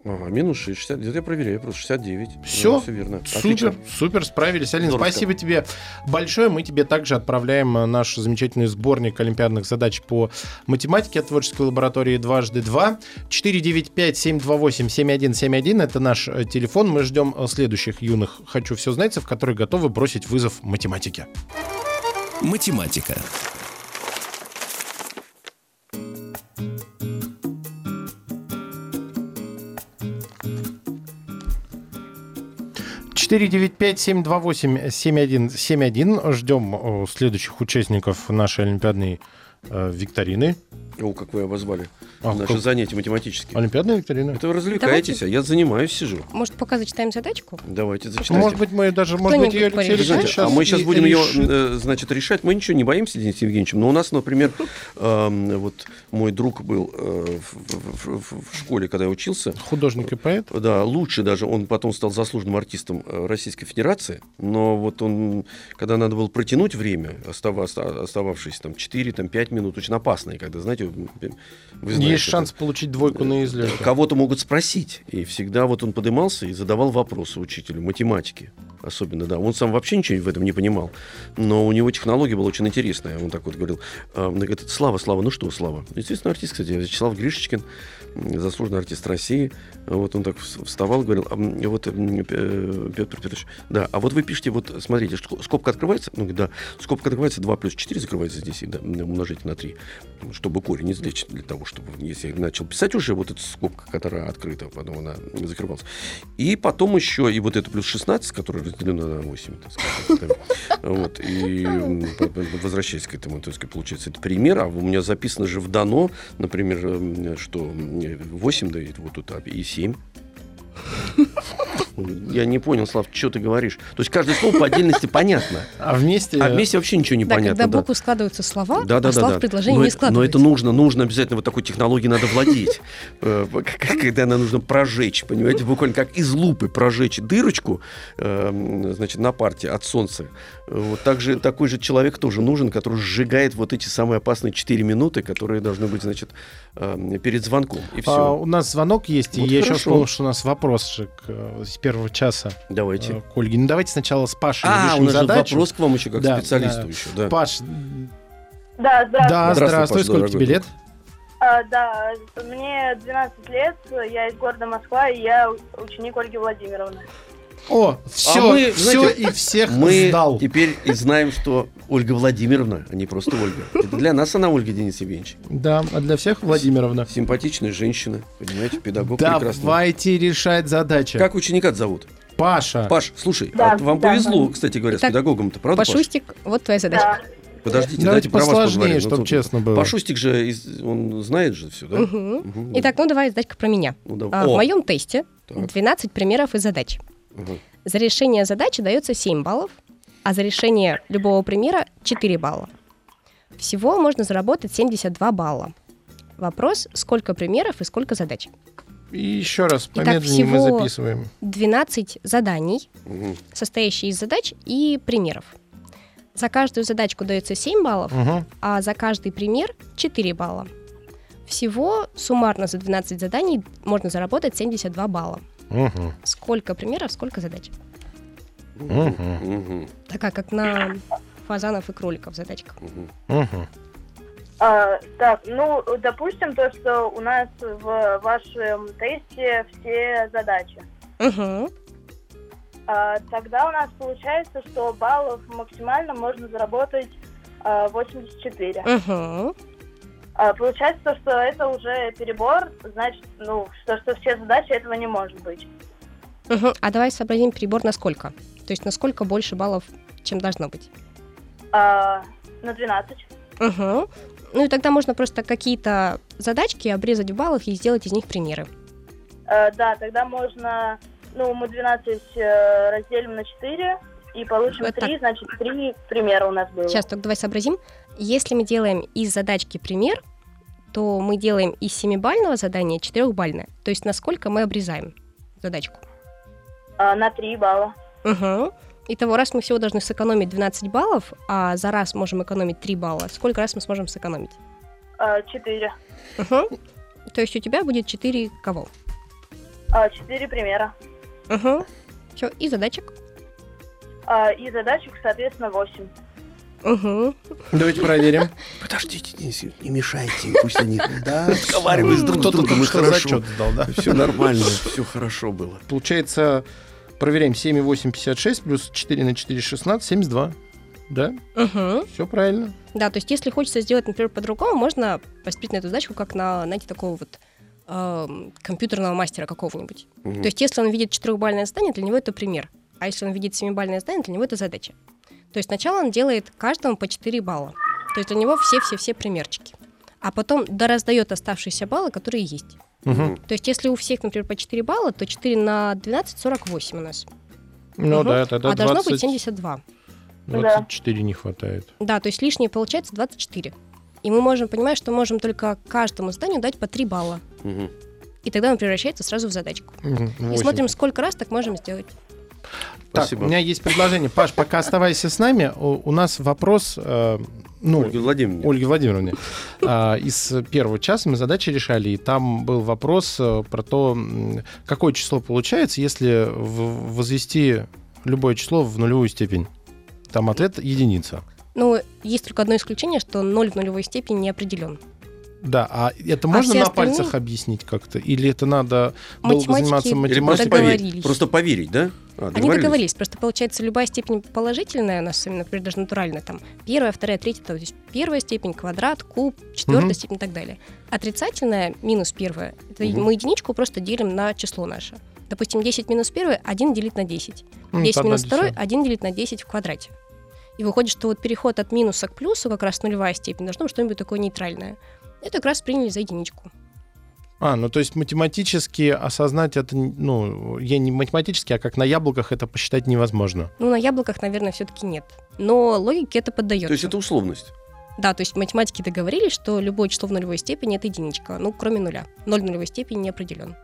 Speaker 2: Ага, минус 6, 60. Я проверяю, просто 69.
Speaker 3: Всё?
Speaker 2: все верно.
Speaker 3: Супер,
Speaker 2: Отлично.
Speaker 3: супер, справились. Алина,
Speaker 2: Здорово.
Speaker 3: спасибо тебе большое. Мы тебе также отправляем э, наш замечательный сборник олимпиадных задач по математике от творческой лаборатории «Дважды два». 495-728-7171 – это наш э, телефон. Мы ждем э, следующих юных «Хочу все знайцев», которые готовы бросить вызов математике.
Speaker 1: Математика.
Speaker 3: семь один Ждем э, следующих участников нашей олимпиадной э, викторины.
Speaker 2: О, как вы обозвали.
Speaker 3: А,
Speaker 2: Наши
Speaker 3: как- А,
Speaker 2: занятия математические.
Speaker 3: Олимпиадная викторина.
Speaker 2: Это вы развлекаетесь, а я занимаюсь, сижу.
Speaker 4: Может, пока зачитаем задачку?
Speaker 2: Давайте зачитайте.
Speaker 3: Может быть, мы даже, может быть,
Speaker 4: Кто-нибудь
Speaker 3: ее Алексей
Speaker 4: порешает?
Speaker 2: Вы знаете,
Speaker 3: Алексеевич
Speaker 2: а мы сейчас
Speaker 3: и
Speaker 2: будем
Speaker 3: решит.
Speaker 2: ее, э, значит, решать. Мы ничего не боимся, Денис Евгеньевич. Но у нас, например, эм, вот мой друг был э, в, в- в- в школе, когда я учился.
Speaker 3: Художник и поэт.
Speaker 2: Да, лучше даже. Он потом стал заслуженным артистом э, Российской Федерации. Но вот он, когда надо было протянуть время, остава- оста- остававшись там 4-5 минут, очень опасные, когда, знаете, вы знаете, Э,
Speaker 3: Есть шанс получить двойку на излете.
Speaker 2: Кого-то могут спросить. И всегда вот он подымался и задавал вопросы учителю математики. Особенно, да. Он сам вообще ничего в этом не понимал. Но у него технология была очень интересная. Он так вот говорил. э, Он говорит, Слава, Слава, ну что, Слава? Естественно, артист, кстати, Вячеслав Гришечкин, м, заслуженный артист России. Вот он так вс- вставал, говорил, а м, вот, м, э, Петр Петрович, да, а вот вы пишите, вот смотрите, шко- скобка открывается, ну, да, скобка открывается, 2 плюс 4 закрывается здесь, и да, умножите на 3 чтобы корень извлечь, для того, чтобы, если я начал писать уже, вот эта скобка, которая открыта, потом она закрывалась. И потом еще, и вот это плюс 16, которое разделено на 8, так сказать. да. Вот, и м, по- по- возвращаясь к этому, то есть, получается, это пример, а у меня записано же в дано, например, эм, э, м, что м, 8 дает вот тут, а, и 7. Я не понял, Слав, что ты говоришь. То есть каждое слово по отдельности понятно.
Speaker 3: А вместе...
Speaker 2: А вместе вообще ничего не
Speaker 7: Э, Да, когда
Speaker 2: понятно. да.
Speaker 7: буквы складываются в слова,
Speaker 2: Да, да,
Speaker 7: а слова
Speaker 2: да,
Speaker 7: в
Speaker 2: да.
Speaker 7: предложении
Speaker 2: но,
Speaker 7: не
Speaker 2: это- но
Speaker 7: складываются.
Speaker 2: это нужно, нужно обязательно вот такой технологии надо владеть, Э, к- к- когда она нужно прожечь, понимаете, буквально как из лупы прожечь дырочку, э, м, значит, на парте от солнца. Э, Вот также такой же человек тоже нужен, который сжигает вот эти самые опасные 4 минуты, которые должны быть, значит, э, перед звонком. И все.
Speaker 3: А, у нас звонок есть,
Speaker 2: Вот
Speaker 3: и я еще
Speaker 2: хорошо.
Speaker 3: вспомнил, что у нас вопрос же к, э, с первого часа
Speaker 2: Давайте.
Speaker 3: э, к Ольге. Ну давайте сначала с Пашей
Speaker 2: а,
Speaker 3: решим
Speaker 2: у нас же
Speaker 3: задачу.
Speaker 2: вопрос к вам еще как
Speaker 3: Да,
Speaker 2: специалисту
Speaker 3: да.
Speaker 2: еще, да.
Speaker 3: Паш,
Speaker 5: Да, а,
Speaker 3: да,
Speaker 2: Здравствуй,
Speaker 3: здравствуй,
Speaker 2: Паш,
Speaker 3: сколько тебе
Speaker 2: дорогой
Speaker 3: лет?
Speaker 5: да, мне 12 лет, я из города Москва, и я ученик Ольги Владимировны.
Speaker 3: О, все,
Speaker 2: А мы,
Speaker 3: все
Speaker 2: знаете,
Speaker 3: и всех
Speaker 2: Мы
Speaker 3: сдал.
Speaker 2: теперь и знаем, что Ольга Владимировна, а не просто Ольга. Это для нас она Ольга Денис Евгеньевич.
Speaker 3: Да, а для всех Владимировна.
Speaker 2: Симпатичная женщина, понимаете, педагог прекрасный.
Speaker 3: Давайте решать задачи.
Speaker 2: Как ученика зовут?
Speaker 3: Паша.
Speaker 2: Паш, слушай,
Speaker 5: Да,
Speaker 2: а вам
Speaker 5: да,
Speaker 2: повезло, кстати говоря,
Speaker 4: Итак,
Speaker 2: с педагогом-то, правда, Паш?
Speaker 4: Пашустик, вот твоя задача.
Speaker 2: Подождите,
Speaker 3: Давайте
Speaker 2: давайте про вас
Speaker 3: посложнее,
Speaker 2: поговорим.
Speaker 3: чтобы
Speaker 2: тут-
Speaker 3: честно было.
Speaker 2: Пашустик же, из- он знает же все, да?
Speaker 4: Мгм.
Speaker 2: Мгм, да.
Speaker 4: Итак, ну давай задачка про меня.
Speaker 2: Ну, давай.
Speaker 4: А,
Speaker 2: О,
Speaker 4: В моем тесте
Speaker 2: так.
Speaker 4: 12 примеров и задач.
Speaker 2: Мгм.
Speaker 4: За решение задачи дается 7 баллов, а за решение любого примера 4 балла. Всего можно заработать 72 балла. Вопрос, сколько примеров и сколько задач?
Speaker 3: И еще раз,
Speaker 4: Итак,
Speaker 3: помедленнее мы
Speaker 4: всего-
Speaker 3: записываем.
Speaker 4: 12 заданий,
Speaker 2: Мгм.
Speaker 4: состоящие из задач и примеров. За каждую задачку дается 7 баллов,
Speaker 3: Мгм.
Speaker 4: а за каждый пример 4 балла. Всего суммарно за 12 заданий можно заработать 72 балла.
Speaker 3: Мгм.
Speaker 4: Сколько примеров, сколько задач?
Speaker 3: Мгм.
Speaker 2: Мгм.
Speaker 4: Такая, как на фазанов и кроликов задачка.
Speaker 2: Мгм.
Speaker 3: Мгм.
Speaker 5: А, так, ну, допустим, то, что у нас в вашем тесте все задачи.
Speaker 4: Мгм.
Speaker 5: А, тогда у нас получается, что баллов максимально можно заработать а, 84.
Speaker 4: Мгм.
Speaker 5: А, получается, что это уже перебор, значит, ну, что, что все задачи этого не может быть.
Speaker 4: Мгм. А давай сообразим перебор на сколько. То есть насколько больше баллов, чем должно быть.
Speaker 5: А, на 12.
Speaker 4: Мгм. Ну и тогда можно просто какие-то задачки обрезать в баллах и сделать из них примеры.
Speaker 5: Э, да, тогда можно, ну, мы 12 э, разделим на 4 и получим
Speaker 4: Вот
Speaker 5: 3, значит, 3 примера у нас было.
Speaker 4: Сейчас только давай сообразим. Если мы делаем из задачки пример, то мы делаем из 7-бального задания 4-бальное. То есть насколько мы обрезаем задачку.
Speaker 5: А, на 3 балла.
Speaker 4: Угу. Итого, раз мы всего должны сэкономить 12 баллов, а за раз можем экономить 3 балла, сколько раз мы сможем сэкономить?
Speaker 5: Э, 4.
Speaker 4: Мгм. То есть у тебя будет 4 кого?
Speaker 5: 4 Э, примера.
Speaker 4: Угу. Все, и задачек.
Speaker 5: А, и задачек, соответственно, 8.
Speaker 4: Угу.
Speaker 3: Давайте проверим.
Speaker 2: Подождите, Денис Евгеньевич, не мешайте им, пусть они разговаривают с друг с
Speaker 3: Кто-то
Speaker 2: другом,
Speaker 3: только
Speaker 2: и
Speaker 3: что
Speaker 2: хорошо.
Speaker 3: зачет сдал, да?
Speaker 2: Все нормально, все хорошо было.
Speaker 3: Получается, проверяем 7 и 8, 56, плюс 4 на 4, 16, 72. Да,
Speaker 4: Угу.
Speaker 3: все правильно.
Speaker 4: Да, то есть если хочется сделать, например, по-другому, можно посмотреть на эту задачку как на, знаете, такого вот эм, компьютерного мастера какого-нибудь.
Speaker 2: Мгм.
Speaker 4: То есть если он видит 4-бальное задание, для него это пример. А если он видит 7-бальное задание, для него это задача. То есть сначала он делает каждому по 4 балла. То есть для него все-все-все примерчики. А потом дораздает оставшиеся баллы, которые есть.
Speaker 2: Мгм.
Speaker 4: То есть, если у всех, например, по 4 балла, то 4 на 12 – 48 у нас.
Speaker 3: Ну
Speaker 4: Мгм.
Speaker 3: да, тогда
Speaker 4: а должно
Speaker 3: 20,
Speaker 4: быть 72.
Speaker 3: 24 не хватает.
Speaker 4: Да, то есть лишнее получается 24. И мы можем понимать, что можем только каждому заданию дать по 3 балла.
Speaker 2: Мгм.
Speaker 4: И тогда он превращается сразу в задачку.
Speaker 3: Мгм,
Speaker 4: И
Speaker 3: восемь.
Speaker 4: смотрим, сколько раз так можем сделать.
Speaker 3: Так,
Speaker 2: Спасибо.
Speaker 3: у меня есть предложение. Паш, пока оставайся с нами, у, у нас вопрос, э, ну,
Speaker 2: Ольга Владимировна,
Speaker 3: Ольге Владимировне. А, Из первого часа мы задачи решали, и там был вопрос э, про то, м, какое число получается, если в- возвести любое число в нулевую степень. Там ответ единица.
Speaker 4: Но Ну, есть только одно исключение, что 0 в нулевой степени не определен.
Speaker 3: Да, а это можно
Speaker 4: все
Speaker 3: на
Speaker 4: остальные-
Speaker 3: пальцах объяснить как-то? Или это надо было бы
Speaker 4: Математики-
Speaker 3: заниматься
Speaker 2: или просто
Speaker 3: математикой?
Speaker 4: договорились.
Speaker 2: поверить? Просто поверить, да? А,
Speaker 4: Они договорились, просто получается любая степень положительная у нас, именно, например, даже натуральная, там первая, вторая, третья, то есть первая степень, квадрат, куб, четвертая
Speaker 3: Мгм.
Speaker 4: степень и так далее. Отрицательная, минус первая, это
Speaker 2: Мгм.
Speaker 4: мы единичку просто делим на число наше. Допустим, 10 минус 1, 1 делить на 10.
Speaker 3: М,
Speaker 4: 10
Speaker 3: одна
Speaker 4: минус 2,
Speaker 3: десятая.
Speaker 4: 1 делить на 10 в квадрате. И выходит, что вот переход от минуса к плюсу, как раз нулевая степень, должно быть что-нибудь такое нейтральное. Это как раз приняли за единичку.
Speaker 3: А, ну то есть математически осознать это, ну, я не математически, а как на яблоках это посчитать невозможно.
Speaker 4: Ну, на яблоках, наверное, все-таки нет. Но логике это поддается.
Speaker 2: То есть это условность.
Speaker 4: Да, то есть математики договорились, что любое число в нулевой степени это единичка, ну, кроме нуля. Ноль в нулевой степени не определен.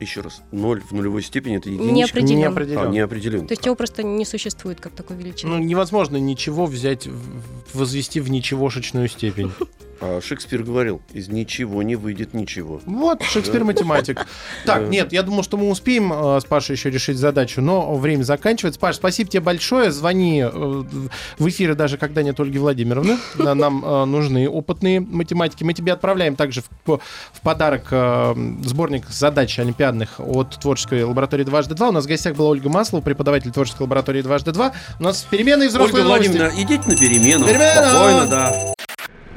Speaker 2: Еще раз, ноль в нулевой степени это единичка.
Speaker 4: Не определен.
Speaker 3: Не определен.
Speaker 2: А, не определен.
Speaker 4: То есть его просто не существует как такой величины.
Speaker 3: Ну, невозможно ничего взять, в- возвести в ничегошечную степень.
Speaker 2: А Шекспир говорил, из ничего не выйдет ничего.
Speaker 3: Вот, Шекспир математик. Так, нет, я думал, что мы успеем э, с Пашей еще решить задачу, но время заканчивается. Паш, спасибо тебе большое. Звони э, в эфире даже, когда нет Ольги Владимировны. На- Нам э, нужны опытные математики. Мы тебе отправляем также в по- в подарок э, сборник задач олимпиадных от творческой лаборатории «Дважды два». У нас в гостях была Ольга Маслова, преподаватель творческой лаборатории «Дважды два». У нас перемены
Speaker 2: Ольга
Speaker 3: взрослые новости.
Speaker 2: Владимировна, идите на перемену.
Speaker 3: Перемена!
Speaker 2: Спокойно, да.